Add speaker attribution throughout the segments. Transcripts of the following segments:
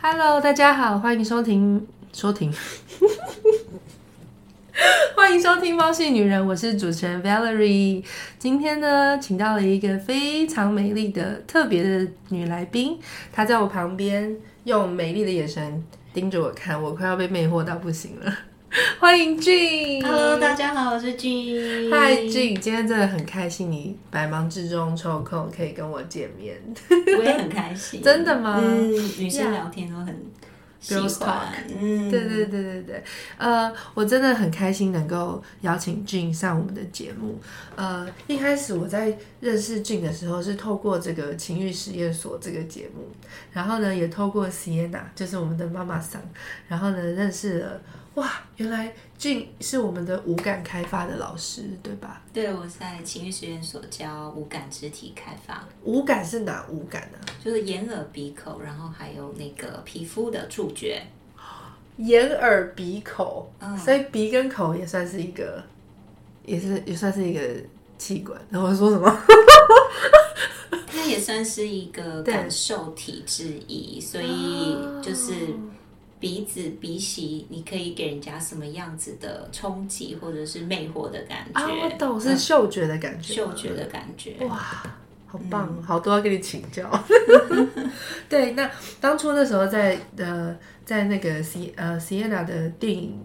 Speaker 1: Hello，大家好，欢迎收听收听， 欢迎收听《猫系女人》，我是主持人 Valerie。今天呢，请到了一个非常美丽的、特别的女来宾，她在我旁边用美丽的眼神盯着我看，我快要被魅惑到不行了。 欢迎 Jin。
Speaker 2: Hello，大家好，我是君。
Speaker 1: 嗨，Jin，今天真的很开心，你百忙之中抽空可以跟我见面，
Speaker 2: 我也很开心。
Speaker 1: 真的吗？
Speaker 2: 嗯，女生聊天都很喜
Speaker 1: Girls talk
Speaker 2: 欢。嗯，
Speaker 1: 对对对对对，呃，我真的很开心能够邀请俊上我们的节目。呃，一开始我在认识俊的时候是透过这个情欲实验所这个节目，然后呢也透过 Sienna，就是我们的妈妈桑，然后呢认识了。哇，原来俊是我们的五感开发的老师，对吧？
Speaker 2: 对，我在情欲实验所教无感肢体开发，
Speaker 1: 五感是哪五感呢、
Speaker 2: 就是眼、耳、鼻、口，然后还有那个皮肤的触觉。
Speaker 1: 眼、耳、鼻、口，
Speaker 2: 嗯
Speaker 1: 所以鼻跟口也算是一个，也是也算是一个器官。然后我说什么？
Speaker 2: 它也算是一个
Speaker 1: 对
Speaker 2: 感受体之一，所以
Speaker 1: 啊
Speaker 2: 就是鼻子、鼻息，你可以给人家什么样子的冲击或者是魅惑的感觉？嗯
Speaker 1: 啊，我懂，是嗅觉的感觉，
Speaker 2: 嗅觉的感觉。
Speaker 1: 哇，好棒，好多要跟你请教。对，那当初那时候在呃在那个 C 呃 Sienna 的电影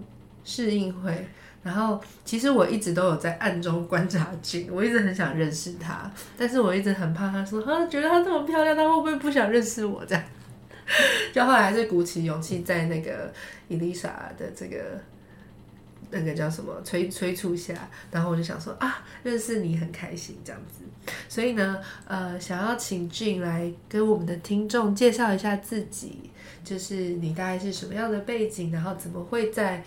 Speaker 1: 试映会，然后其实我一直都有在暗中观察景，我一直很想认识她，但是我一直很怕她说啊，觉得她这么漂亮，她会不会不想认识我这样？ 就后来还是鼓起勇气，在那个伊丽莎的这个那个叫什么催催促下，然后我就想说啊，认识你很开心这样子。所以呢，呃，想要请俊来跟我们的听众介绍一下自己，就是你大概是什么样的背景，然后怎么会在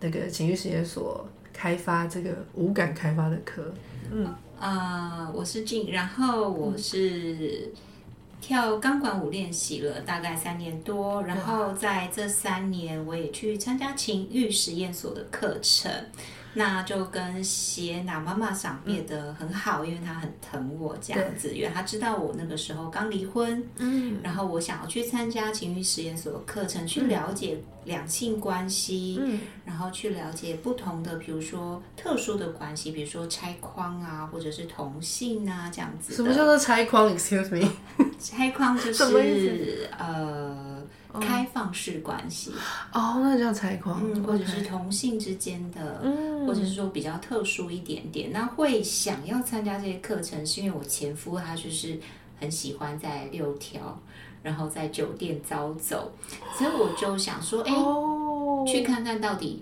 Speaker 1: 那个情绪实验所开发这个无感开发的课？
Speaker 2: 啊，我是静，然后我是跳钢管舞练习了大概三年多，然后在这三年我也去参加情欲实验所的课程，那就跟斜拿妈妈上变得很好，因为她很疼我这样子，因为她知道我那个时候刚离婚，
Speaker 1: 嗯，
Speaker 2: 然后我想要去参加情欲实验所的课程，去了解两性关系，
Speaker 1: 嗯
Speaker 2: 然后去了解不同的，比如说特殊的关系，比如说拆框啊，或者是同性啊这样子的。
Speaker 1: 什么叫做拆框？Excuse me，
Speaker 2: 拆框？就
Speaker 1: 什么意嗯
Speaker 2: 是呃开放式关系，
Speaker 1: 哦，那叫拆框，
Speaker 2: 嗯，或者是
Speaker 1: OK
Speaker 2: 同性之间的。
Speaker 1: 嗯
Speaker 2: 或者是说比较特殊一点点，那会想要参加这些课程，是因为我前夫他就是很喜欢在六条，然后在酒店招走，所以我就想说，哎、
Speaker 1: 哦，
Speaker 2: 去看看到底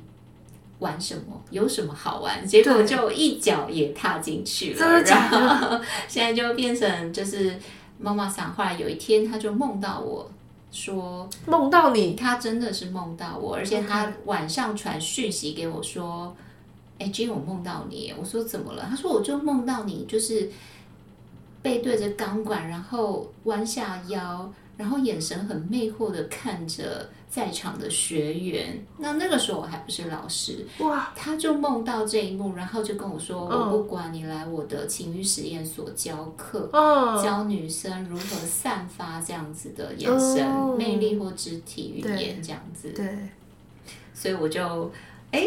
Speaker 2: 玩什么，有什么好玩。结果
Speaker 1: 对
Speaker 2: 就一脚也踏进去了，
Speaker 1: 真的假的
Speaker 2: 然后现在就变成就是妈妈桑。后来有一天，他就梦到我说，
Speaker 1: 梦到你
Speaker 2: 他真的是梦到我，而且他晚上传讯息给我说。哎、今天我梦到你耶，我说怎么了？他说我就梦到你，就是背对着钢管，然后弯下腰，然后眼神很魅惑的看着在场的学员。那那个时候我还不是老师，
Speaker 1: 哇，
Speaker 2: 他就梦到这一幕，然后就跟我说：“
Speaker 1: 嗯
Speaker 2: 我不管你来我的情欲实验所教课，
Speaker 1: 嗯，
Speaker 2: 教女生如何散发这样子的眼神、
Speaker 1: 哦
Speaker 2: 魅力或肢体语
Speaker 1: 对
Speaker 2: 言这样子。”
Speaker 1: 对，
Speaker 2: 所以我就哎。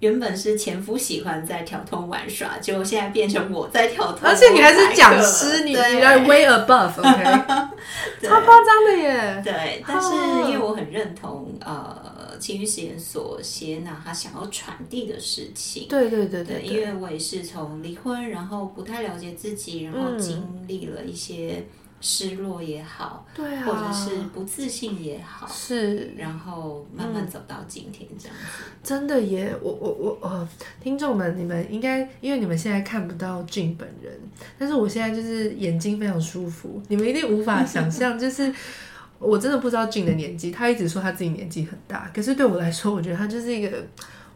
Speaker 2: 原本是前夫喜欢在挑通玩耍，结果现在变成我在挑通，
Speaker 1: 而且你还是讲师，
Speaker 2: 对
Speaker 1: 你你来 way above，OK，、
Speaker 2: 对
Speaker 1: 超夸张的耶，
Speaker 2: 对，但
Speaker 1: 哦
Speaker 2: 是因为我很认同呃，情绪实验所谢娜她想要传递的事情。
Speaker 1: 对对对
Speaker 2: 对，
Speaker 1: 对
Speaker 2: 因为我也是从离婚，然后不太了解自己，然
Speaker 1: 嗯
Speaker 2: 后经历了一些失落也好，
Speaker 1: 对啊，
Speaker 2: 或者是不自信也好，
Speaker 1: 是
Speaker 2: 然后慢慢走到今天 这样子。
Speaker 1: 真的耶！我我我呃，听众们，你们应该因为你们现在看不到俊本人，但是我现在就是眼睛非常舒服，你们一定无法想象，就是 我真的不知道俊的年纪，他一直说他自己年纪很大，可是对我来说，我觉得他就是一个，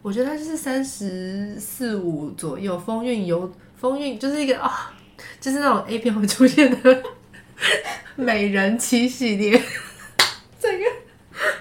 Speaker 1: 我觉得他就是三十四五左右，风韵犹风韵就是一个啊、就是那种 A 片会出 现的美人妻系列，整个。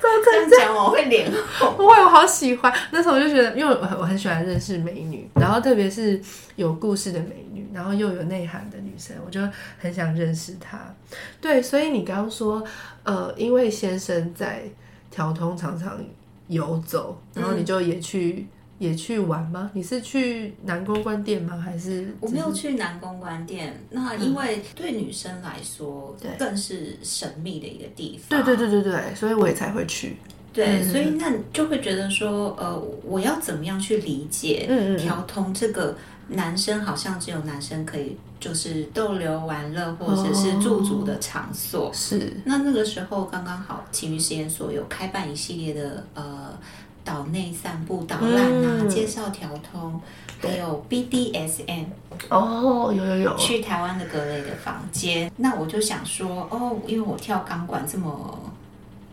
Speaker 1: 整
Speaker 2: 这样讲我会脸 红。
Speaker 1: 不会，我好喜欢。那时候我就觉得，因为我很我很喜欢认识美女，然后特别是有故事的美女，然后又有内涵的女生，我就很想认识她。对，所以你刚刚说，呃，因为先生在调通常常游走，然后你就也去、也去玩吗？你是去南公关店吗？还是
Speaker 2: 我没有去南公关店，那因为对女生来说，更是神秘的一个地方。
Speaker 1: 对对对对对，所以我也才会去。
Speaker 2: 对，
Speaker 1: 嗯
Speaker 2: 所以那你就会觉得说，呃，我要怎么样去理解
Speaker 1: 嗯嗯嗯
Speaker 2: 调通这个男生好像只有男生可以就是逗留玩乐或者
Speaker 1: 哦
Speaker 2: 是驻足的场所。
Speaker 1: 是
Speaker 2: 那那个时候刚刚好，情侣实验所有开办一系列的呃岛内散步导览啊，
Speaker 1: 嗯
Speaker 2: 介绍调通，还有 BDSM
Speaker 1: 哦，有有有，
Speaker 2: 去台湾的各类的房间。那我就想说，哦，因为我跳钢管这么。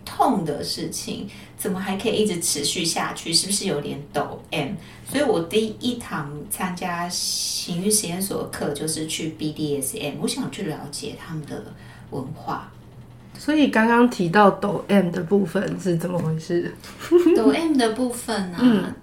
Speaker 2: 痛的事情怎么还可以一直持续下去？是不是有点抖 M？所以我第一堂参加情欲实验所的课就是去 BDSM，我想去了解他们的文化。
Speaker 1: 所以刚刚提到抖 M 的部分是怎么回事？
Speaker 2: 抖 M 的部分呢、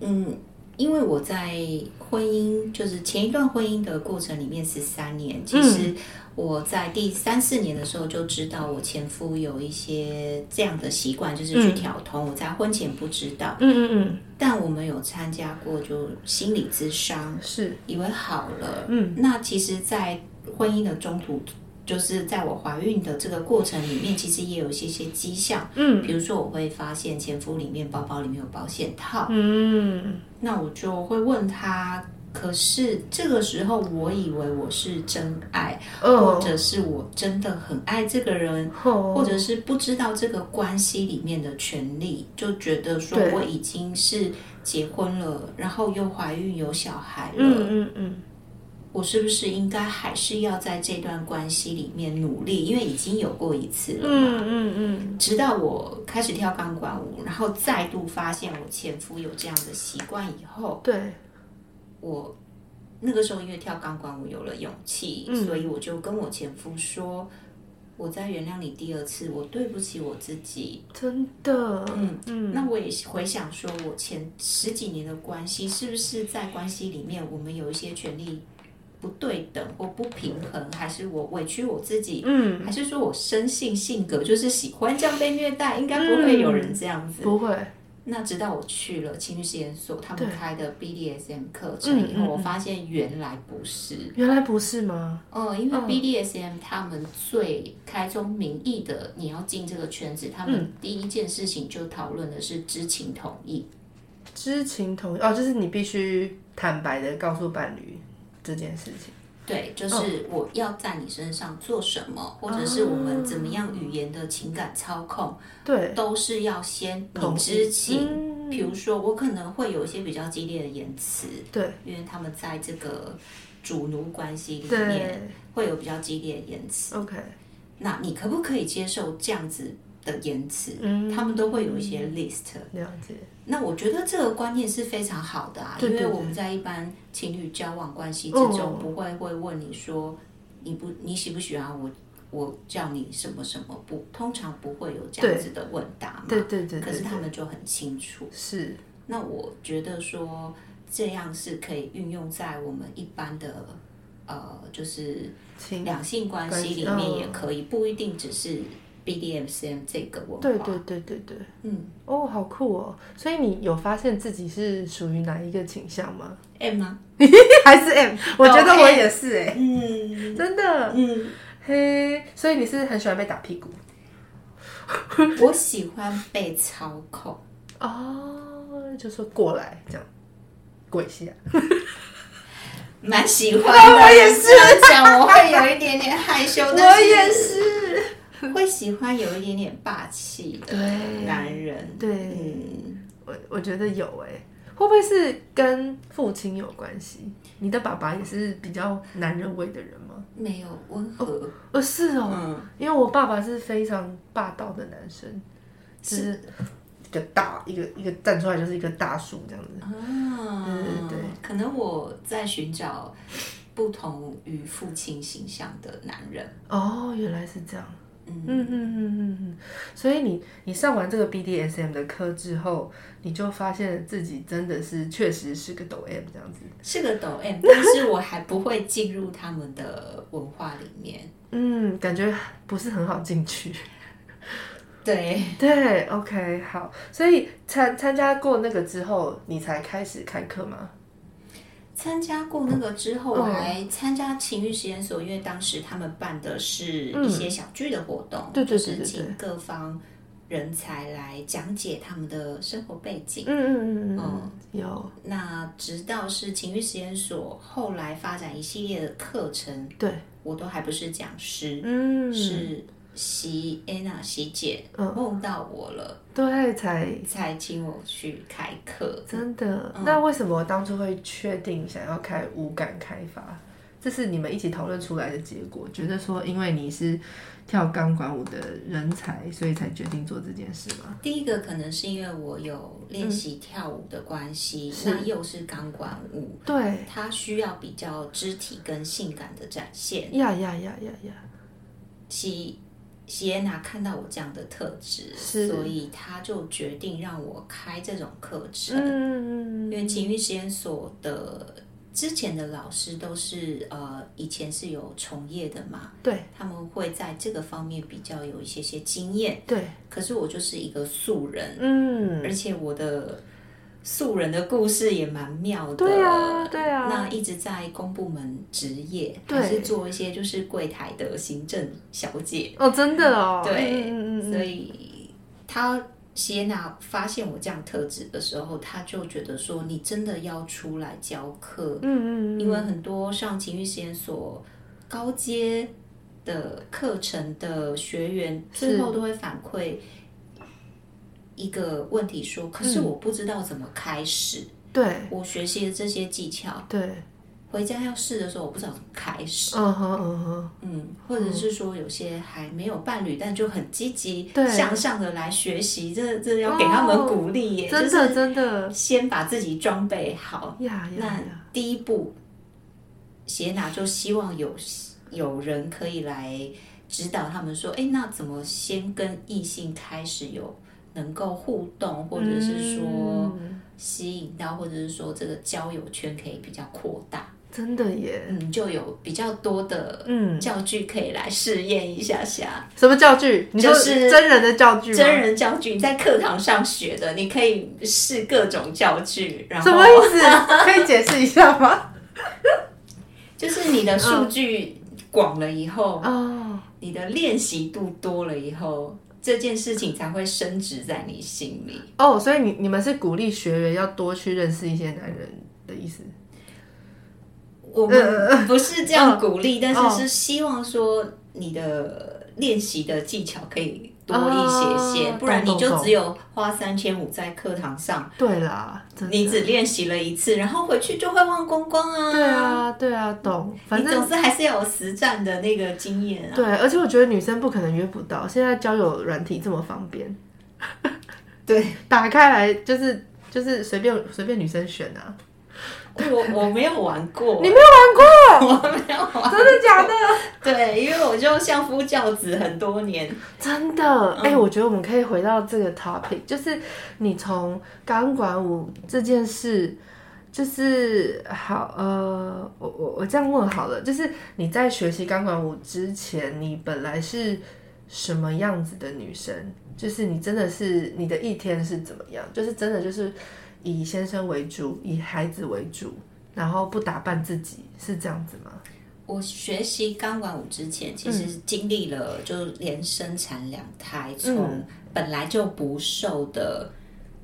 Speaker 2: 嗯因为我在婚姻，就是前一段婚姻的过程里面十三年，
Speaker 1: 嗯
Speaker 2: 其实我在第三四年的时候就知道我前夫有一些这样的习惯，就是去调通。我在婚前不知道，
Speaker 1: 嗯嗯
Speaker 2: 但我们有参加过就心理咨商，
Speaker 1: 嗯，是
Speaker 2: 以为好了，嗯，那其实，在婚姻的中途，就是在我怀孕的这个过程里面，其实也有一些些迹象，嗯，比如说我会发现前夫里面包包里面有保险套，
Speaker 1: 嗯，
Speaker 2: 那我就会问他。可是这个时候，我以为我是真爱，或
Speaker 1: 哦
Speaker 2: 者是我真的很爱这个人，
Speaker 1: 哦，
Speaker 2: 或者是不知道这个关系里面的权利，就觉得说
Speaker 1: 对
Speaker 2: 我已经是结婚了，然后又怀孕有小孩了，
Speaker 1: 嗯嗯嗯，
Speaker 2: 我是不是应该还是要在这段关系里面努力？因为已经有过一次了嘛。
Speaker 1: 嗯嗯
Speaker 2: 直到我开始跳钢管舞，然后再度发现我前夫有这样的习惯以后，
Speaker 1: 嗯，对，
Speaker 2: 我那个时候因为跳钢管舞有了勇气，
Speaker 1: 嗯
Speaker 2: 所以我就跟我前夫说：“我再原谅你第二次，我对不起我自己。
Speaker 1: 真的，嗯嗯，
Speaker 2: 那我也回想说，我前十几年的关系，是不是在关系里面我们有一些权利不对等或不平衡，还是我委屈我自己，
Speaker 1: 嗯，
Speaker 2: 还是说我生性性格就是喜欢这样被虐待？应该不
Speaker 1: 嗯
Speaker 2: 会有人这样子。
Speaker 1: 不会，
Speaker 2: 那直到我去了情绪实验所，他们开的 BDSM 课
Speaker 1: 嗯
Speaker 2: 程以后，
Speaker 1: 嗯
Speaker 2: 我发现原来不是。
Speaker 1: 原来不是吗？
Speaker 2: 哦，因
Speaker 1: 嗯
Speaker 2: 为 BDSM 他们最开宗明义的，你要进这个圈子，他
Speaker 1: 嗯
Speaker 2: 们第一件事情就讨论的是知情同意。
Speaker 1: 知情同意哦，就是你必须坦白的告诉伴侣这件事情。
Speaker 2: 对，
Speaker 1: 嗯
Speaker 2: 就是我要在你身上做什么，或者是我们怎么样语言的情感操控，
Speaker 1: 对，
Speaker 2: 都是要先
Speaker 1: 同
Speaker 2: 你
Speaker 1: 意
Speaker 2: 知情。
Speaker 1: 嗯
Speaker 2: 比如说，我可能会有一些比较激烈的言辞，
Speaker 1: 对
Speaker 2: 因为他们在这个主奴关系里面
Speaker 1: 对
Speaker 2: 会有比较激烈的言辞。
Speaker 1: ，OK，
Speaker 2: 那你可不可以接受这样子的言辞？
Speaker 1: 嗯
Speaker 2: 他们都会有一些 list。
Speaker 1: 了解，
Speaker 2: 那我觉得这个观念是非常好的啊，
Speaker 1: 对对
Speaker 2: 因为
Speaker 1: 对
Speaker 2: 我们在一般情侣交往关系之
Speaker 1: 哦
Speaker 2: 中，不会会问你说你不你喜不喜欢我，我叫你什么什么不，通常不会有这样子的问答嘛。
Speaker 1: 对对对
Speaker 2: 可是
Speaker 1: 对，
Speaker 2: 他们就很清楚。
Speaker 1: 是
Speaker 2: 那我觉得说这样是可以运用在我们一般的呃，就是
Speaker 1: 情
Speaker 2: 两性关系里
Speaker 1: 关系
Speaker 2: 面
Speaker 1: 哦
Speaker 2: 也可以，不一定只是 BDSM 这个文化。
Speaker 1: 对对对对对，
Speaker 2: 嗯
Speaker 1: 哦，好酷哦！所以你有发现自己是属于哪一个倾向吗？
Speaker 2: ，M 吗？
Speaker 1: 还是 M？我觉得我也是哎、
Speaker 2: 嗯
Speaker 1: 真的
Speaker 2: 嗯。
Speaker 1: 嘿。所以你是很喜欢被打屁股
Speaker 2: 我喜欢被操控，
Speaker 1: 哦，就说过来这样跪下，
Speaker 2: 蛮喜欢的。
Speaker 1: 我也是
Speaker 2: 这样讲，我会有一点点害羞，但
Speaker 1: 是。
Speaker 2: 是会喜欢有一点点霸气的
Speaker 1: 对
Speaker 2: 男人。
Speaker 1: 对
Speaker 2: 嗯，
Speaker 1: 我我觉得有哎、会不会是跟父亲有关系？你的爸爸也是比较男人味的人吗？
Speaker 2: 没有温和，
Speaker 1: 哦，是哦，
Speaker 2: 嗯，
Speaker 1: 因为我爸爸是非常霸道的男生，就是
Speaker 2: 是
Speaker 1: 一个大一个一个站出来就是一个大树这样子。
Speaker 2: 啊，
Speaker 1: 对对对
Speaker 2: 可能我在寻找不同于父亲形象的男人。
Speaker 1: 哦，原来是这样。嗯嗯嗯嗯嗯，所以你你上完这个 BDSM 的课之后，你就发现自己真的是确实是个抖 M 这样子。
Speaker 2: 是个抖 M，但是我还不会进入他们的文化里面。
Speaker 1: 嗯，感觉不是很好进去。
Speaker 2: 对，
Speaker 1: 对，OK，好，所以参参加过那个之后，你才开始看课吗？
Speaker 2: 参加过那个之后，
Speaker 1: 嗯
Speaker 2: 我还参加情欲实验所，因为当时他们办的是
Speaker 1: 嗯
Speaker 2: 一些小剧的活动，
Speaker 1: 对对
Speaker 2: 就
Speaker 1: 对对
Speaker 2: 是
Speaker 1: 对
Speaker 2: 请各方人才来讲解他们的生活背景。
Speaker 1: 嗯嗯嗯嗯
Speaker 2: 嗯，
Speaker 1: 有，
Speaker 2: 那直到是情欲实验所后来发展一系列的课程，
Speaker 1: 对，
Speaker 2: 我都还不是讲师，
Speaker 1: 嗯，
Speaker 2: 是席安娜席姐
Speaker 1: 嗯
Speaker 2: 梦到我了，
Speaker 1: 对，才
Speaker 2: 才请我去开课。
Speaker 1: 真的。
Speaker 2: 嗯
Speaker 1: 那为什么当初会确定想要开无感开发？这是你们一起讨论出来的结果，觉得说因为你是跳钢管舞的人才，所以才决定做这件事吗？
Speaker 2: 第一个可能是因为我有练习跳舞的关系，
Speaker 1: 嗯是
Speaker 2: 那又是钢管舞，
Speaker 1: 对，
Speaker 2: 它需要比较肢体跟性感的展现。
Speaker 1: 呀呀呀呀呀，
Speaker 2: 席席安娜看到我这样的特质，
Speaker 1: 是
Speaker 2: 所以她就决定让我开这种课程。
Speaker 1: 嗯
Speaker 2: 因为情欲实验所的之前的老师都是呃，以前是有从业的嘛，
Speaker 1: 对
Speaker 2: 他们会在这个方面比较有一些些经验。
Speaker 1: 对，
Speaker 2: 可是我就是一个素人，
Speaker 1: 嗯，
Speaker 2: 而且我的素人的故事也蛮妙的。
Speaker 1: 对啊对啊
Speaker 2: 那一直在公部门职业，
Speaker 1: 对
Speaker 2: 还是做一些就是柜台的行政小姐，
Speaker 1: 哦，真的哦，
Speaker 2: 对，
Speaker 1: 嗯嗯嗯
Speaker 2: 所以他谢娜发现我这样特质的时候，他就觉得说你真的要出来教课，
Speaker 1: 嗯嗯嗯，
Speaker 2: 因为很多上情欲实验所高阶的课程的学员
Speaker 1: 是
Speaker 2: 最后都会反馈。一个问题说，可是我不知道怎么开始。
Speaker 1: 嗯对
Speaker 2: 我学习的这些技巧，
Speaker 1: 对，
Speaker 2: 回家要试的时候，我不知道怎么开始。
Speaker 1: 嗯哼嗯哼，
Speaker 2: 嗯，或者是说有些还没有伴侣，但就很积极
Speaker 1: 对哦
Speaker 2: 向上的来学习，这这要给他们鼓励耶，
Speaker 1: 真
Speaker 2: 就
Speaker 1: 的
Speaker 2: 是
Speaker 1: 真的
Speaker 2: 先把自己装备好。
Speaker 1: 呀
Speaker 2: 那
Speaker 1: 呀呀，
Speaker 2: 第一步，谢娜就希望有有人可以来指导他们说，哎，那怎么先跟异性开始有能够互动，或者是说
Speaker 1: 嗯
Speaker 2: 吸引到，或者是说这个交友圈可以比较扩大，
Speaker 1: 真的耶，
Speaker 2: 嗯，就有比较多的
Speaker 1: 嗯，
Speaker 2: 教具可以来试验一下下。
Speaker 1: 什么教具？你说
Speaker 2: 就是
Speaker 1: 真人的教具吗？
Speaker 2: 真人教具，你在课堂上学的，你可以试各种教具，然
Speaker 1: 什
Speaker 2: 后
Speaker 1: 么意思？ 可以解释一下吗？
Speaker 2: 就是你的数据广了以后，
Speaker 1: 哦，
Speaker 2: 你的练习度多了以后，这件事情才会升值在你心里。
Speaker 1: 哦，所以你你们是鼓励学员要多去认识一些男人的意思？呃
Speaker 2: 我们不是这样鼓
Speaker 1: 哦
Speaker 2: 励，但是是希望说你的练习的技巧可以多一些些，
Speaker 1: 哦
Speaker 2: 不然你
Speaker 1: 懂懂
Speaker 2: 就
Speaker 1: 懂
Speaker 2: 只有花三千五在课堂上。
Speaker 1: 对啦，真的
Speaker 2: 你只练习了一次，然后回去就会忘光光啊。
Speaker 1: 对，啊，对啊，懂。反
Speaker 2: 你
Speaker 1: 正
Speaker 2: 总是还是要有实战的那个经验啊。
Speaker 1: 对，而且我觉得女生不可能约不到，现在交友软体这么方便，
Speaker 2: 对，
Speaker 1: 打开来就是就是随便随便女生选啊。
Speaker 2: 我我没有玩过，
Speaker 1: 你没有
Speaker 2: 我没有
Speaker 1: 玩
Speaker 2: 玩
Speaker 1: 过，真的假的？
Speaker 2: 对，因为我就相夫教子很多年。
Speaker 1: 真的，哎、我觉得我们可以回到这个 topic，就是你从钢管舞这件事，就是好，呃，我我我这样问好了，就是你在学习钢管舞之前，你本来是什么样子的女生？就是你真的是你的一天是怎么样？就是真的就是以先生为主，以孩子为主，然后不打扮自己，是这样子吗？
Speaker 2: 我学习钢管舞之前，其
Speaker 1: 嗯
Speaker 2: 实经历了就连生产两胎，
Speaker 1: 嗯
Speaker 2: 从本来就不瘦的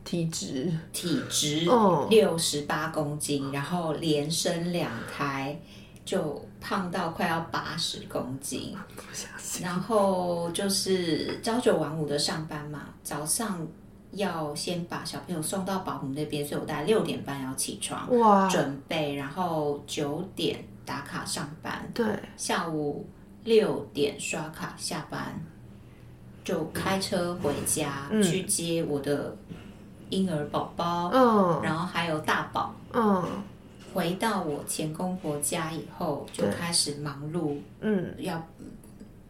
Speaker 1: 体质，
Speaker 2: 体质
Speaker 1: 哦
Speaker 2: 六十八公斤，然后连生两胎就胖到快要八十公斤。
Speaker 1: 不相信。
Speaker 2: 然后就是朝九晚五的上班嘛，早上要先把小朋友送到保姆那边，所以我大概六点半要起床
Speaker 1: 哇，
Speaker 2: 准备，然后九点打卡上班，
Speaker 1: 对，
Speaker 2: 下午六点刷卡下班，就开车回家、
Speaker 1: 嗯
Speaker 2: 去接我的婴儿宝宝，
Speaker 1: 嗯
Speaker 2: 然后还有大宝。
Speaker 1: 嗯。
Speaker 2: 回到我前公婆家以后，就
Speaker 1: 对
Speaker 2: 开始忙碌，
Speaker 1: 嗯
Speaker 2: 要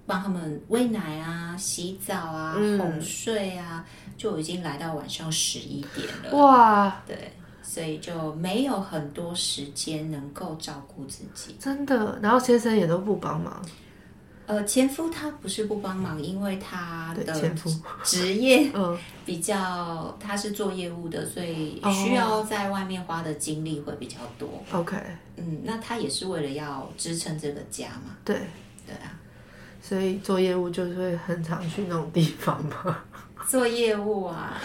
Speaker 2: 帮他们喂奶啊、洗澡啊、
Speaker 1: 嗯
Speaker 2: 哄睡啊，就已经来到晚上十一点了。
Speaker 1: 哇，
Speaker 2: 对，所以就没有很多时间能够照顾自己。
Speaker 1: 真的。然后先生也都不帮忙，
Speaker 2: 呃，前夫他不是不帮忙，因为他
Speaker 1: 对，
Speaker 2: 的
Speaker 1: 前夫，
Speaker 2: 职业
Speaker 1: 嗯，
Speaker 2: 比较，他是做业务的，所以
Speaker 1: 哦
Speaker 2: 需要在外面花的精力会比较多。
Speaker 1: OK，
Speaker 2: 嗯，那他也是为了要支撑这个家嘛。
Speaker 1: 对，
Speaker 2: 对啊，
Speaker 1: 所以做业务就是会很常去那种地方嘛。
Speaker 2: 啊做业务啊，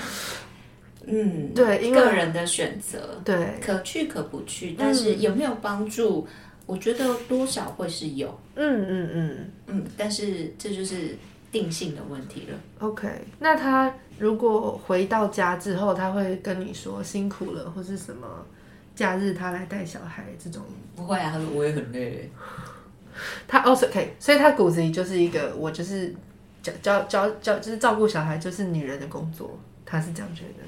Speaker 2: 嗯，
Speaker 1: 对因为
Speaker 2: 个人的选择，
Speaker 1: 对，嗯
Speaker 2: 可去可不去，但是有没有帮助，我觉得多少会是有，
Speaker 1: 嗯嗯嗯
Speaker 2: 嗯，但是这就是定性的问题了。
Speaker 1: ，OK。那他如果回到家之后，他会跟你说辛苦了，或是什么假日他来带小孩这种。
Speaker 2: 不会啊，他说我也很累。
Speaker 1: 他哦所以 OK，所以他骨子里就是一个我就是教教教教，就是照顾小孩就是女人的工作，他是这样觉得。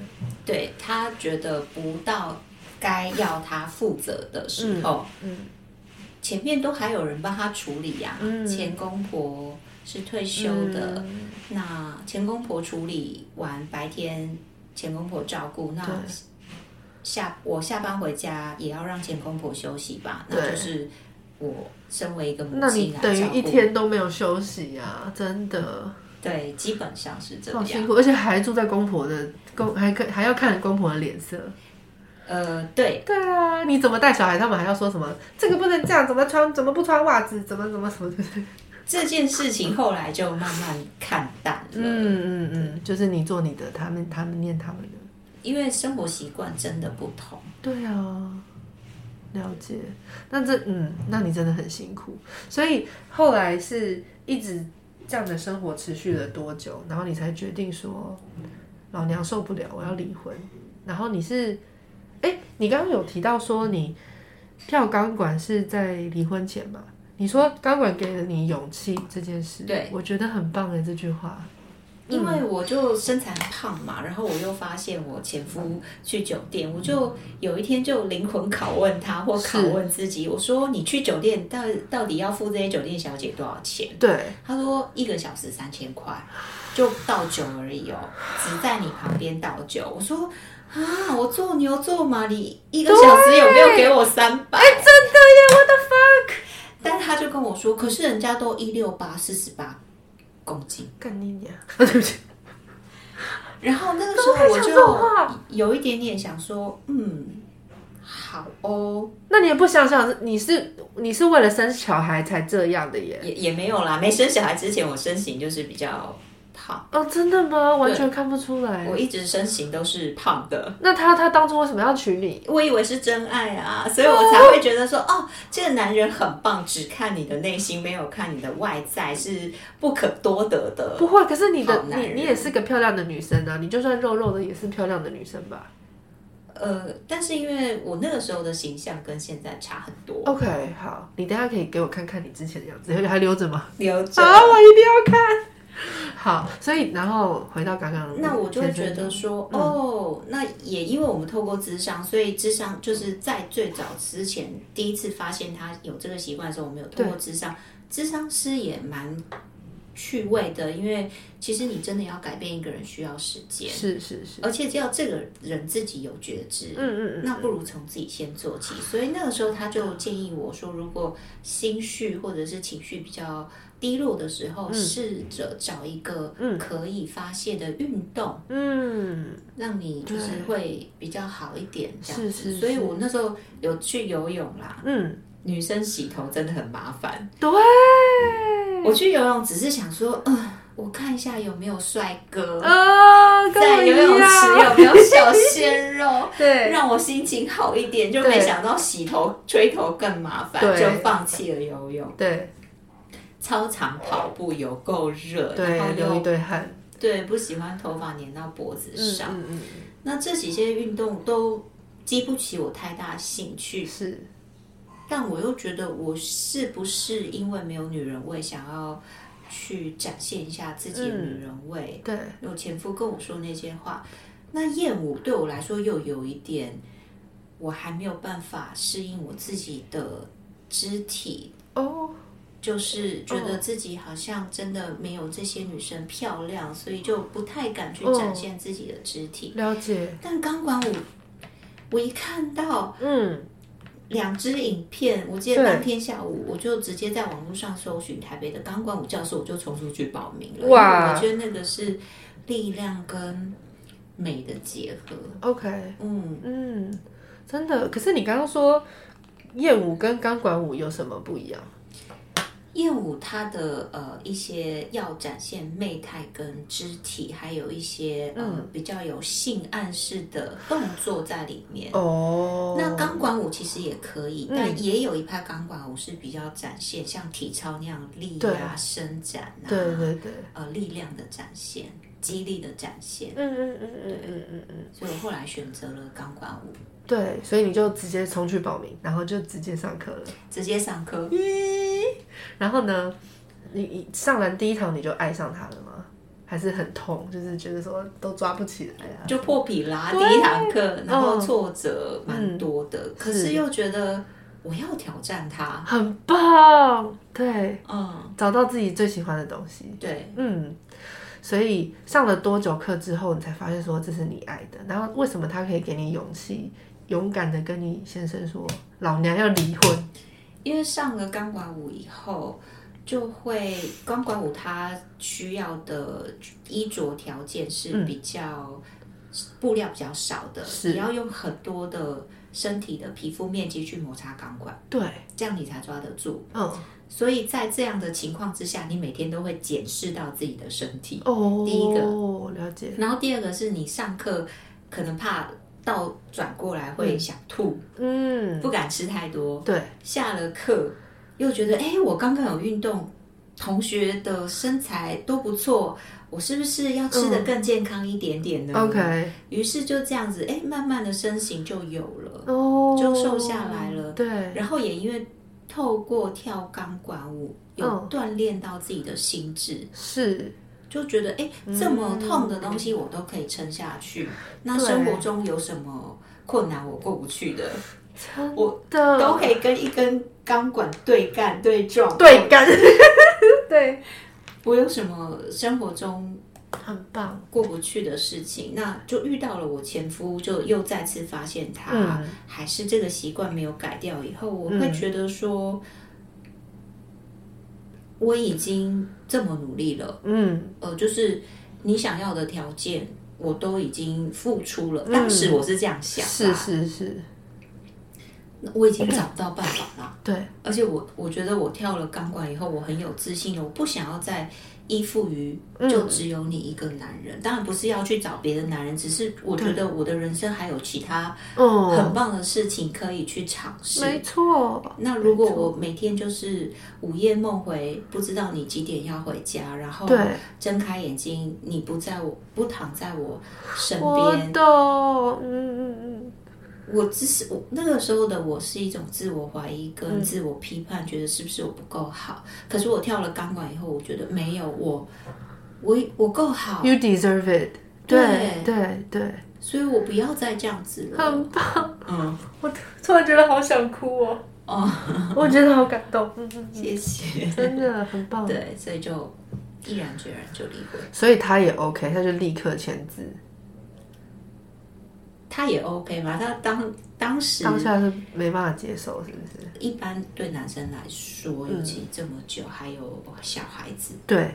Speaker 2: 对他觉得不到该要他负责的时候，
Speaker 1: 嗯
Speaker 2: 前面都还有人帮他处理呀、
Speaker 1: 嗯
Speaker 2: 前公婆是退休的，那前公婆处理完，白天前公婆照顾，那
Speaker 1: 对
Speaker 2: 下我下班回家也要让前公婆休息吧，那
Speaker 1: 对
Speaker 2: 就是我身为一个母
Speaker 1: 那你
Speaker 2: 亲来
Speaker 1: 等
Speaker 2: 照
Speaker 1: 于
Speaker 2: 顾，
Speaker 1: 一天都没有休息啊，真的
Speaker 2: 对，基本上是这
Speaker 1: 好辛
Speaker 2: 样。
Speaker 1: 苦，而且还住在公婆的公，还看还要看公婆的脸色。
Speaker 2: 呃，对，
Speaker 1: 对啊，你怎么带小孩，他们还要说什么这个不能这样，怎么穿怎么不穿袜子，怎么怎么什么，对不对？
Speaker 2: 这件事情后来就慢慢看淡了，
Speaker 1: 嗯嗯嗯，就是你做你的，他们他们念他们的。
Speaker 2: 因为生活习惯真的不同。
Speaker 1: 对啊，了解。那这嗯，那你真的很辛苦。所以后来是一直这样的生活持续了多久？然后你才决定说，老娘受不了，我要离婚。然后你是，哎、你刚刚有提到说你跳钢管是在离婚前嘛？你说钢管给了你勇气这件事，
Speaker 2: 对
Speaker 1: 我觉得很棒哎，这句话。
Speaker 2: 因为我就身材很胖嘛，然后我又发现我前夫去酒店，我就有一天就灵魂拷问他，或
Speaker 1: 是
Speaker 2: 拷问自己，我说你去酒店到到底要付这些酒店小姐多少钱？
Speaker 1: 对，
Speaker 2: 他说一个小时三千块，就倒酒而已哦，只在你旁边倒酒。我说啊，我做牛做马，你一个小时有没有给我三百？
Speaker 1: 真的耶，我的
Speaker 2: 但他就跟我说，可是人家都一六八四十八公斤。
Speaker 1: 干你 娘！对不起，
Speaker 2: 然后那个时
Speaker 1: 怎么可
Speaker 2: 候
Speaker 1: 以
Speaker 2: 我
Speaker 1: 讲这种话？
Speaker 2: 就有一点点想说，嗯，好哦，
Speaker 1: 那你也不想想，你是你是为了生小孩才这样的耶？
Speaker 2: 也也没有啦，没生小孩之前我身形就是比较胖，
Speaker 1: 哦，真的吗？完全看不出来
Speaker 2: 我。一直身形都是胖的。
Speaker 1: 那他他当初为什么要娶你？
Speaker 2: 我以为是真爱啊，所以我才会觉得说，哦，这个男人很棒，只看你的内心，没有看你的外在，是不可多得的。
Speaker 1: 不会，可是你的
Speaker 2: 好男
Speaker 1: 你
Speaker 2: 人
Speaker 1: 你也是个漂亮的女生啊，你就算肉肉的也是漂亮的女生吧
Speaker 2: 呃，但是因为我那个时候的形象跟现在差很多，
Speaker 1: ？OK，好，你等一下可以给我看看你之前的样子， 还留着吗？
Speaker 2: 留着。
Speaker 1: 啊，我一定要看。好，所以然后回到刚刚，
Speaker 2: 那我就会嗯觉得说，哦，那也因为我们透过智商，所以智商就是在最早之前第一次发现他有这个习惯的时候，我们有透过智商，智商师也蛮趣味的，因为其实你真的要改变一个人需要时间，
Speaker 1: 是是是，
Speaker 2: 而且只要这个人自己有觉知。
Speaker 1: 嗯嗯
Speaker 2: 那不如从自己先做起，所以那个时候他就建议我说，如果心绪或者是情绪比较低落的时
Speaker 1: 嗯
Speaker 2: 候，试着找一个可以发泄的运动，
Speaker 1: 嗯
Speaker 2: 让你就是会比较好一点这样子。
Speaker 1: 是是
Speaker 2: 所以我那时候有去游泳啦，
Speaker 1: 嗯嗯，
Speaker 2: 女生洗头真的很麻烦。
Speaker 1: 对，
Speaker 2: 我去游泳只是想说，嗯、我看一下有没有帅哥。
Speaker 1: 啊，跟我
Speaker 2: 呃在游泳
Speaker 1: 一
Speaker 2: 池
Speaker 1: 样？
Speaker 2: 有没有小鲜肉
Speaker 1: 对
Speaker 2: 让我心情好一点。就
Speaker 1: 对
Speaker 2: 没想到洗头、吹头更麻烦，
Speaker 1: 对
Speaker 2: 就放弃了游泳。
Speaker 1: 对
Speaker 2: 操场跑步有够热，然后
Speaker 1: 对，流一
Speaker 2: 又
Speaker 1: 堆汗，
Speaker 2: 对不喜欢头发粘到脖子
Speaker 1: 嗯
Speaker 2: 上。
Speaker 1: 嗯嗯。
Speaker 2: 那这几些运动都激不起我太大兴趣，
Speaker 1: 是，
Speaker 2: 但我又觉得我是不是因为没有女人味，想要去展现一下自己
Speaker 1: 嗯
Speaker 2: 的女人味？
Speaker 1: 对，
Speaker 2: 我前夫跟我说那些话，那艳舞对我来说又有一点，我还没有办法适应我自己的肢体
Speaker 1: 哦，
Speaker 2: 就是觉得自己好像真的没有这些女生漂亮，所以就不太敢去展现自己的肢体。
Speaker 1: 了解，
Speaker 2: 但钢管舞，我一看到
Speaker 1: 嗯，
Speaker 2: 两支影片，我记得
Speaker 1: 对
Speaker 2: 当天下午我就直接在网络上搜寻台北的钢管舞教室，我就冲出去报名了。
Speaker 1: 哇
Speaker 2: 因为我觉得那个是力量跟美的结合。
Speaker 1: OK，
Speaker 2: 嗯，
Speaker 1: 嗯，真的。可是你刚刚说艳舞跟钢管舞有什么不一样？
Speaker 2: 艳舞它的呃一些要展现媚态跟肢体，还有一些呃、
Speaker 1: 嗯
Speaker 2: 比较有性暗示的动作在里面。
Speaker 1: 哦，
Speaker 2: 那钢管舞其实也可以，
Speaker 1: 嗯
Speaker 2: 但也有一派钢管舞是比较展现像体操那样力啊、伸展啊，
Speaker 1: 对对对，
Speaker 2: 呃力量的展现、肌力的展现。
Speaker 1: 嗯嗯嗯嗯嗯嗯嗯，
Speaker 2: 所以我后来选择了钢管舞，
Speaker 1: 对，所以你就直接冲去报名，然后就直接上课了。
Speaker 2: 直接上课。
Speaker 1: 然后呢，你你上完第一堂你就爱上它了吗？还是很痛，就是觉得说都抓不起来啊？
Speaker 2: 就破皮啦，第
Speaker 1: 对
Speaker 2: 一堂课，然后
Speaker 1: 嗯
Speaker 2: 挫折蛮多的，可
Speaker 1: 是
Speaker 2: 是又觉得我要挑战它，
Speaker 1: 很棒，对，
Speaker 2: 嗯，
Speaker 1: 找到自己最喜欢的东西。
Speaker 2: 对，
Speaker 1: 嗯，所以上了多久课之后，你才发现说这是你爱的？然后为什么他可以给你勇气，勇敢的跟你先生说，老娘要离婚？
Speaker 2: 因为上了钢管舞以后，就会钢管舞它需要的衣着条件是比较、布料比较少的，
Speaker 1: 嗯是
Speaker 2: 你要用很多的身体的皮肤面积去摩擦钢管，
Speaker 1: 对，
Speaker 2: 这样你才抓得住。
Speaker 1: 嗯，
Speaker 2: 所以在这样的情况之下，你每天都会检视到自己的身体。
Speaker 1: 哦，
Speaker 2: 第一
Speaker 1: 个了解，
Speaker 2: 然后第二个是你上课可能怕倒转过来会想吐，
Speaker 1: 嗯，
Speaker 2: 不敢吃太多。
Speaker 1: 对，
Speaker 2: 下了课又觉得，哎，我刚刚有运动，同学的身材都不错，我是不是要吃的更健康一点点呢、
Speaker 1: ，OK，
Speaker 2: 于是就这样子，哎，慢慢的身形就有了，
Speaker 1: 哦，
Speaker 2: 就瘦下来了
Speaker 1: 对，
Speaker 2: 然后也因为透过跳钢管舞，有
Speaker 1: 嗯
Speaker 2: 锻炼到自己的心智。
Speaker 1: 是，
Speaker 2: 就觉得哎，诶这么痛的东西我都可以撑下去，
Speaker 1: 嗯
Speaker 2: 那
Speaker 1: 对
Speaker 2: 生活中有什么困难我过不去的，
Speaker 1: 我
Speaker 2: 都
Speaker 1: 的
Speaker 2: 可以跟一根钢管对干对撞。
Speaker 1: 对干，对，
Speaker 2: 我有什么生活中
Speaker 1: 很棒，
Speaker 2: 过不去的事情，那就遇到了我前夫，就又再次发现他、
Speaker 1: 嗯
Speaker 2: 还是这个习惯没有改掉，以后我会觉得说。我已经这么努力了，
Speaker 1: 嗯，
Speaker 2: 呃，就是你想要的条件，我都已经付出了。
Speaker 1: 嗯
Speaker 2: 当时我是这样想
Speaker 1: 是
Speaker 2: 的，
Speaker 1: 是是，
Speaker 2: 我已经找不到办法了。
Speaker 1: 对，
Speaker 2: 而且我我觉得我跳了钢管以后，我很有自信了，我不想要再依附于
Speaker 1: 嗯
Speaker 2: 就只有你一个男人。当然不是要去找别的男人，只是我觉得我的人生还有其他很
Speaker 1: 哦，
Speaker 2: 棒的事情可以去尝试。
Speaker 1: 没错，
Speaker 2: 那如果我每天就是午夜梦回，不知道你几点要回家，然后
Speaker 1: 对
Speaker 2: 睁开眼睛，你不在我不躺在我身
Speaker 1: 我
Speaker 2: 边，
Speaker 1: 懂，嗯嗯嗯。
Speaker 2: 我只是我那个时候的我是一种自我怀疑
Speaker 1: 嗯
Speaker 2: 跟自我批判，觉得是不是我不够好？可是我跳了钢管以后，我觉得没有我，我我够好，
Speaker 1: You deserve it 对。
Speaker 2: 哦对
Speaker 1: 对对
Speaker 2: 所以我不要再这样子了。
Speaker 1: 很棒！
Speaker 2: 嗯，
Speaker 1: 我突然觉得好想哭哦，
Speaker 2: 哦，
Speaker 1: 我觉得好感 动，嗯嗯嗯
Speaker 2: 谢谢。
Speaker 1: 真的很棒。
Speaker 2: 对，所以就毅然决然就离婚，
Speaker 1: 所以他也 OK，他就立刻签字，
Speaker 2: 他也 OK 嘛，他当当时
Speaker 1: 当下是没办法接受，是不是？
Speaker 2: 一般对男生来说，
Speaker 1: 嗯
Speaker 2: 尤其这么久，还有小孩子，
Speaker 1: 对。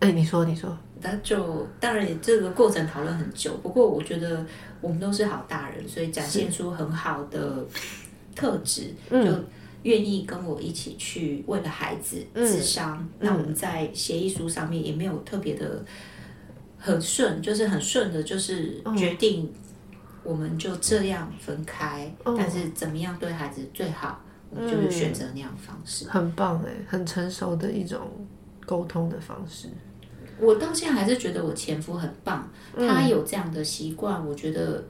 Speaker 1: 哎，你说，你说，
Speaker 2: 那就当然也这个过程讨论很久。不过我觉得我们都是好大人，所以展现出很好的特质，
Speaker 1: 嗯
Speaker 2: 就愿意跟我一起去为了孩子
Speaker 1: 嗯
Speaker 2: 自商。那我们在协议书上面也没有特别的很顺，就是很顺的，就是决定我们就这样分开，
Speaker 1: 哦
Speaker 2: 但是怎么样对孩子最好，我们就是选择那样的方式。
Speaker 1: 很棒哎，很成熟的一种沟通的方式。
Speaker 2: 我到现在还是觉得我前夫很棒，
Speaker 1: 嗯
Speaker 2: 他有这样的习惯，我觉得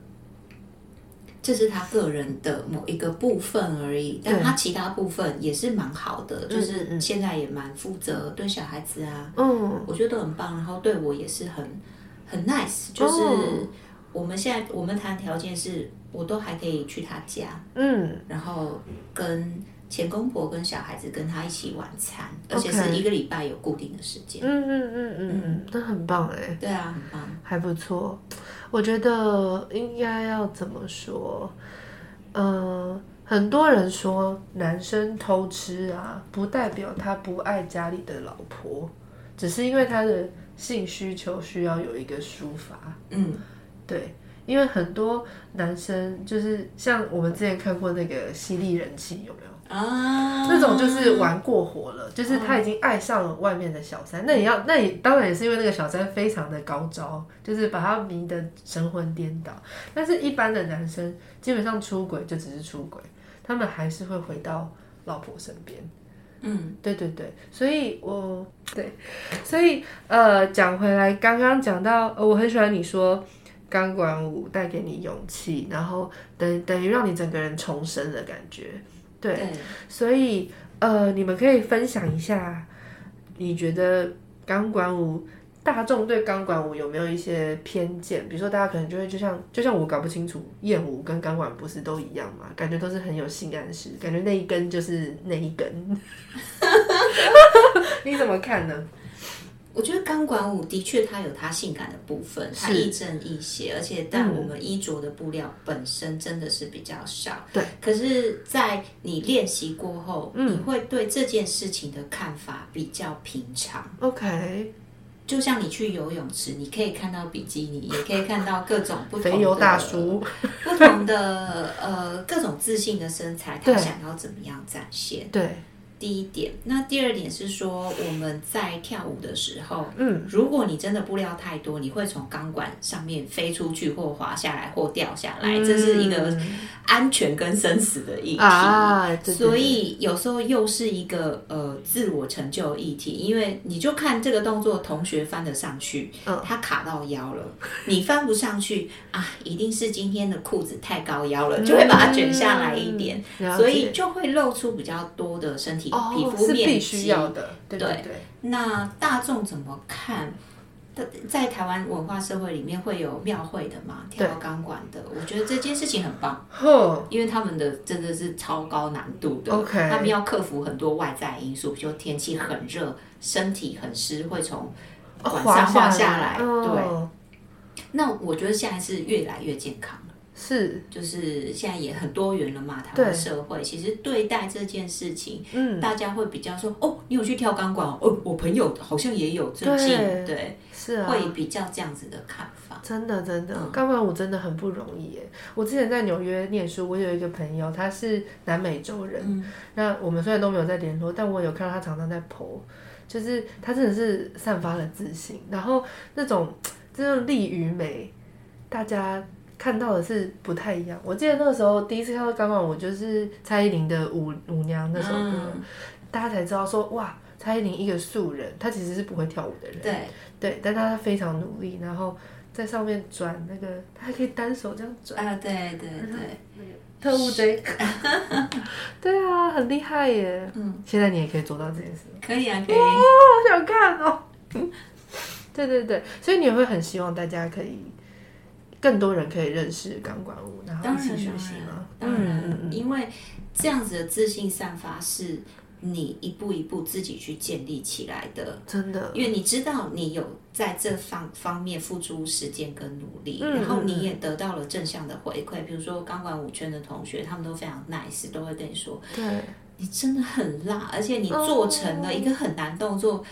Speaker 2: 这是他个人的某一个部分而已，但他其他部分也是蛮好的，就是现在也蛮负责对小孩子啊，
Speaker 1: 嗯，
Speaker 2: 我觉得都很棒，然后对我也是很很 nice，就是
Speaker 1: 哦
Speaker 2: 我们现在我们谈条件是我都还可以去他家，
Speaker 1: 嗯，
Speaker 2: 然后跟前公婆跟小孩子跟他一起晚餐，而且是一个礼拜有固定的时间。
Speaker 1: 嗯嗯嗯嗯嗯，那很棒哎，
Speaker 2: 对啊，很棒。
Speaker 1: 还不错。我觉得应该要怎么说？呃，很多人说男生偷吃啊，不代表他不爱家里的老婆，只是因为他的性需求需要有一个抒发。
Speaker 2: 嗯，
Speaker 1: 对，因为很多男生就是像我们之前看过那个犀利人妻，有没有？
Speaker 2: 啊，
Speaker 1: 嗯那种就是玩过火了，就是他已经爱上了外面的小三。那也要，那也当然也是因为那个小三非常的高招，就是把他迷得神魂颠倒。但是，一般的男生基本上出轨就只是出轨，他们还是会回到老婆身边。
Speaker 2: 嗯
Speaker 1: 对对对，所以我对，所以呃，讲回来，刚刚讲到，呃我很喜欢你说钢管舞带给你勇气，然后等等于让你整个人重生的感觉。对，
Speaker 2: 对，
Speaker 1: 所以呃，你们可以分享一下，你觉得钢管舞大众对钢管舞有没有一些偏见？比如说，大家可能就会就像就像我搞不清楚，燕舞跟钢管不是都一样嘛？感觉都是很有性暗示，感觉那一根就是那一根。 你怎么看呢？
Speaker 2: 我觉得钢管舞的确它有它性感的部分，它
Speaker 1: 是
Speaker 2: 亦正亦邪，而且但
Speaker 1: 嗯
Speaker 2: 我们衣着的布料本身真的是比较少。
Speaker 1: 对，
Speaker 2: 可是，在你练习过后，
Speaker 1: 嗯
Speaker 2: 你会对这件事情的看法比较平常。
Speaker 1: ？OK，
Speaker 2: 就像你去游泳池，你可以看到比基尼，也可以看到各种不同的
Speaker 1: 肥油大叔，
Speaker 2: 不同的呃各种自信的身材，他
Speaker 1: 对
Speaker 2: 想要怎么样展现？
Speaker 1: 对，
Speaker 2: 第一点，那第二点是说我们在跳舞的时候，
Speaker 1: 嗯，
Speaker 2: 如果你真的布料太多，你会从钢管上面飞出去，或滑下来，或掉下来，
Speaker 1: 嗯
Speaker 2: 这是一个安全跟生死的议题。
Speaker 1: 啊，对对对
Speaker 2: 所以有时候又是一个呃自我成就的议题，因为你就看这个动作，同学翻得上去，
Speaker 1: 嗯
Speaker 2: 他卡到腰 了，你翻不上去啊，一定是今天的裤子太高腰了，就会把它卷下来一点，
Speaker 1: 嗯了解
Speaker 2: 所以就会露出比较多的身体、
Speaker 1: 哦
Speaker 2: 皮肤
Speaker 1: 是
Speaker 2: 面积。
Speaker 1: 必须要的，对对对，
Speaker 2: 那大众怎么看？在在台湾文化社会里面会有庙会的嘛，跳
Speaker 1: 对
Speaker 2: 钢管的，我觉得这件事情很棒。
Speaker 1: 哼，
Speaker 2: 因为他们的真的是超高难度的
Speaker 1: OK
Speaker 2: 他们要克服很多外在因素，比如说天气很热，身体很湿，会从
Speaker 1: 呃
Speaker 2: 管上滑下来。对，
Speaker 1: 哦
Speaker 2: 那我觉得现在是越来越健康了，
Speaker 1: 是，
Speaker 2: 就是现在也很多元了嘛，台
Speaker 1: 对
Speaker 2: 湾社会其实对待这件事情，
Speaker 1: 嗯，
Speaker 2: 大家会比较说哦，你有去跳钢管哦，哦我朋友好像也有最近，
Speaker 1: 对
Speaker 2: 对，
Speaker 1: 是啊，
Speaker 2: 会嗯比较这样子的看法。
Speaker 1: 真的真的，钢管舞真的很不容易耶。我之前在纽约念书，我有一个朋友，他是南美洲人，
Speaker 2: 嗯
Speaker 1: 那我们虽然都没有在联络，但我有看到他常常在 PO，就是他真的是散发了自信，然后那种这种力与美，大家看到的是不太一样。我记得那个时候第一次看到钢管舞，就是蔡依林的舞舞娘那首歌，
Speaker 2: 嗯
Speaker 1: 大家才知道说哇，蔡依林一个素人，她其实是不会跳舞的人。
Speaker 2: 对，
Speaker 1: 对，但他非常努力，然后在上面转那个，他还可以单手这样转
Speaker 2: 啊，对对对，
Speaker 1: 特务 J，对啊，很厉害耶。
Speaker 2: 嗯，
Speaker 1: 现在你也可以做到这件事，
Speaker 2: 可以啊，可以。
Speaker 1: 好想看哦。 对对对，所以你也会很希望大家可以更多人可以认识钢管舞，然后
Speaker 2: 当
Speaker 1: 一
Speaker 2: 然啊
Speaker 1: 起学习吗？
Speaker 2: 当然，啊
Speaker 1: 嗯嗯嗯
Speaker 2: 因为这样子的自信散发是你一步一步自己去建立起来的。
Speaker 1: 真的，
Speaker 2: 因为你知道你有在这方方面付出时间跟努力，
Speaker 1: 嗯
Speaker 2: 然后
Speaker 1: 嗯
Speaker 2: 你也得到了正向的回馈，比如说钢管舞圈的同学，他们都非常 nice，都会跟你说
Speaker 1: 对，
Speaker 2: 你真的很辣，而且你做成了
Speaker 1: 哦
Speaker 2: 一个很难动作。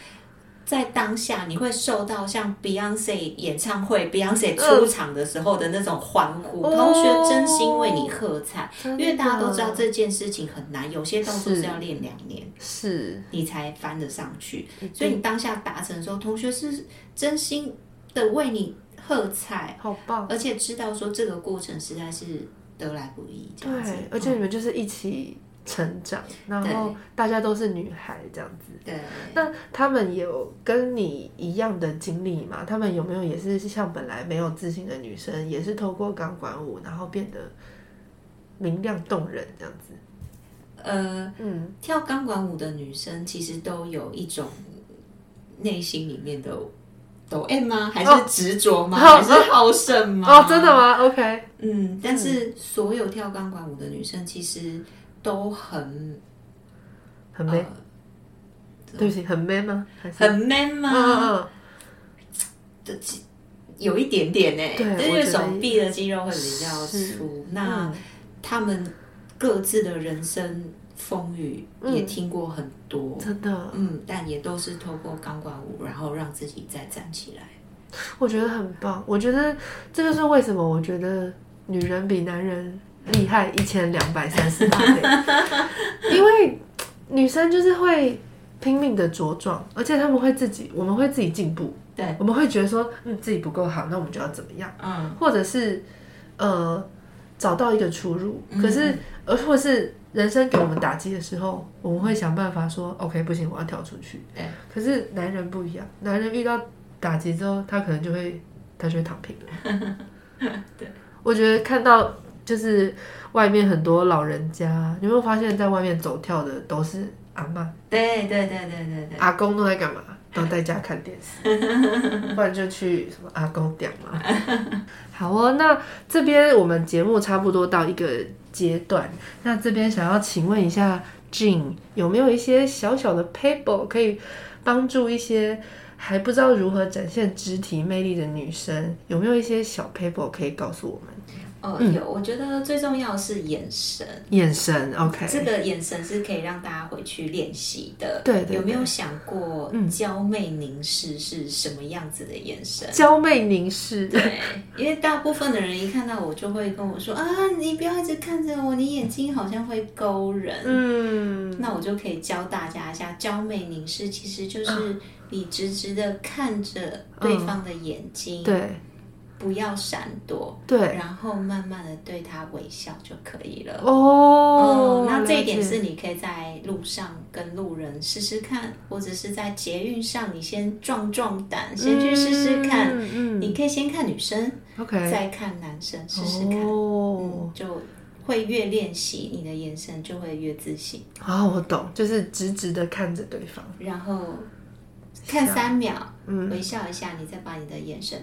Speaker 2: 在当下，你会受到像 Beyonce 演唱会、Beyonce 出场的时候的那种欢呼，
Speaker 1: 嗯哦
Speaker 2: 同学真心为你喝彩，
Speaker 1: 真的
Speaker 2: 因为大家都知道这件事情很难，有些动作
Speaker 1: 是
Speaker 2: 是要练两年
Speaker 1: 是，
Speaker 2: 你才翻得上去，所以你当下达成的时候，同学是真心的为你喝彩，
Speaker 1: 好棒。
Speaker 2: 而且知道说这个过程实在是得来不易，这
Speaker 1: 对
Speaker 2: 样子，，
Speaker 1: 而且你们就是一起成长，然后
Speaker 2: 嗯对
Speaker 1: 大家都是女孩这样子。
Speaker 2: 对。
Speaker 1: 那他们有跟你一样的经历吗？他们有没有也是像本来没有自信的女生，也是透过钢管舞，然后变得明亮动人这样子？
Speaker 2: 呃，
Speaker 1: 嗯，
Speaker 2: 跳钢管舞的女生其实都有一种内心里面的抖 M 吗？还
Speaker 1: 哦
Speaker 2: 是执着吗？
Speaker 1: 哦
Speaker 2: 还是好胜吗？
Speaker 1: 哦，真的？嗯吗？OK，
Speaker 2: 嗯，但是所有跳钢管舞的女生其实都很呃
Speaker 1: 很 man，、对不起，很 man 吗？还是
Speaker 2: 很 man 吗？
Speaker 1: 嗯嗯
Speaker 2: 有一点点呢、欸，
Speaker 1: 对
Speaker 2: 因
Speaker 1: 我
Speaker 2: 为
Speaker 1: 觉得
Speaker 2: 手臂的肌肉会比较
Speaker 1: 是嗯
Speaker 2: 粗。那他们各自的人生风雨也听过很多
Speaker 1: 嗯，，真的，
Speaker 2: 嗯，但也都是透过钢管舞，然后让自己再站起来。
Speaker 1: 我觉得很棒。我觉得这就是为什么我觉得女人比男人厉害一千两百三十八倍，因为女生就是会拼命的茁壮，而且她们会自己，我们会自己进步，
Speaker 2: 对，
Speaker 1: 我们会觉得说，嗯，自己不够好，那我们就要怎么样，
Speaker 2: 嗯，
Speaker 1: 或者是呃找到一个出入。
Speaker 2: 嗯
Speaker 1: 可是，呃，或者是人生给我们打击的时候，我们会想办法说，OK，不行，我要跳出去。
Speaker 2: 对，
Speaker 1: 可是男人不一样，男人遇到打击之后，他可能就会他就会躺平了。
Speaker 2: 对，
Speaker 1: 我觉得看到就是外面很多老人家，你有没有发现，在外面走跳的都是阿嬷、
Speaker 2: 对对对对对对，
Speaker 1: 阿公都在干嘛？都在家看电视， 不然就去什么阿公店嘛。好哦，那这边我们节目差不多到一个阶段，那这边想要请问一下 Jean 有没有一些小小的 paper 可以帮助一些还不知道如何展现肢体魅力的女生？有没有一些小 paper 可以告诉我们？
Speaker 2: 哦，
Speaker 1: 嗯
Speaker 2: 有，我觉得最重要的是眼神。
Speaker 1: 眼神，OK，
Speaker 2: 这个眼神是可以让大家回去练习的。
Speaker 1: 对对对嗯
Speaker 2: 有没有想过娇媚凝视是什么样子的眼神？
Speaker 1: 娇媚凝视，
Speaker 2: 对，因为大部分的人一看到我就会跟我说啊，你不要一直看着我，你眼睛好像会勾人。
Speaker 1: 嗯，
Speaker 2: 那我就可以教大家一下，娇媚凝视其实就是
Speaker 1: 嗯
Speaker 2: 你直直的看着对方的眼睛，
Speaker 1: 对
Speaker 2: 不要闪躲，
Speaker 1: 嗯对，
Speaker 2: 然后慢慢的对他微笑就可以了。
Speaker 1: 哦
Speaker 2: 嗯，，那这一点
Speaker 1: 了解
Speaker 2: 是你可以在路上跟路人试试看，或者是在捷运上，你先壮壮胆，先去试试看。
Speaker 1: 嗯嗯
Speaker 2: 你可以先看女生，
Speaker 1: ，OK，
Speaker 2: 再看男生，试试看，
Speaker 1: 哦
Speaker 2: 嗯，，就会越练习，你的眼神就会越自信。
Speaker 1: 啊，我懂，就是直直的看着对方，
Speaker 2: 然后看
Speaker 1: 笑
Speaker 2: 三秒，
Speaker 1: 嗯，
Speaker 2: 微笑一下，你再把你的眼神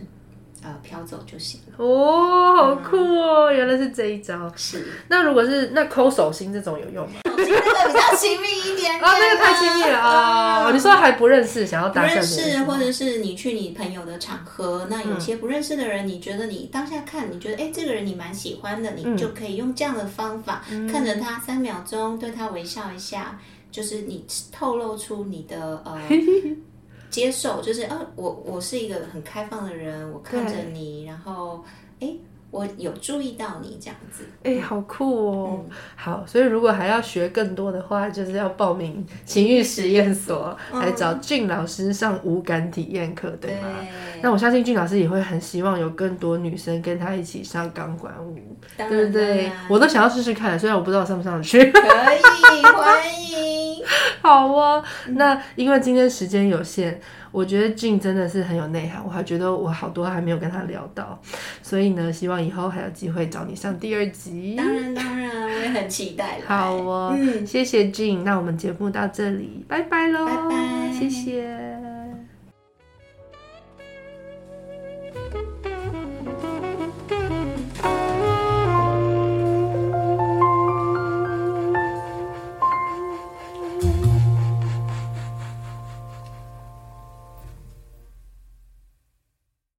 Speaker 2: 呃飘走就行 了。
Speaker 1: 哦，好酷哦，原来是这一招。
Speaker 2: 是，
Speaker 1: 那如果是那抠手心这种有用吗？
Speaker 2: 我觉得这个比较亲密一点点
Speaker 1: 啊，那个太亲密了啊！哦你说还不认识，想要
Speaker 2: 不
Speaker 1: 搭讪
Speaker 2: 认
Speaker 1: 的
Speaker 2: 识，
Speaker 1: 人，
Speaker 2: 或者是你去你朋友的场合，那
Speaker 1: 嗯
Speaker 2: 有些不认识的人，你觉得你当下看，你觉得哎、诶这个人你蛮喜欢的，你就可以用这样的方法、
Speaker 1: 嗯
Speaker 2: 看着他三秒钟，对他微笑一下，就是你透露出你的 呃接受，就是哦、我我是一个很开放的人，我看着
Speaker 1: 对
Speaker 2: 你，然后哎、诶我有注意到你这样子，
Speaker 1: 哎、好酷哦！好，所以如果还要学更多的话，就是要报名情欲实验所，来找俊老师上无感体验课，对吗？那我相信俊老师也会很希望有更多女生跟他一起上钢管舞，
Speaker 2: 当
Speaker 1: 对
Speaker 2: 然
Speaker 1: 不对
Speaker 2: 当然？
Speaker 1: 我都想要试试看，虽然我不知道上不上得去。
Speaker 2: 可以欢迎，
Speaker 1: 好哦，
Speaker 2: 嗯
Speaker 1: 那因为今天时间有限，我觉得俊真的是很有内涵，我还觉得我好多还没有跟他聊到，所以呢，希望以后还有机会找你上第二集。
Speaker 2: 当然当然，我也很期待来。
Speaker 1: 好哦，
Speaker 2: 嗯。
Speaker 1: 谢谢俊，那我们节目到这里，拜拜喽，
Speaker 2: 拜拜
Speaker 1: 谢谢。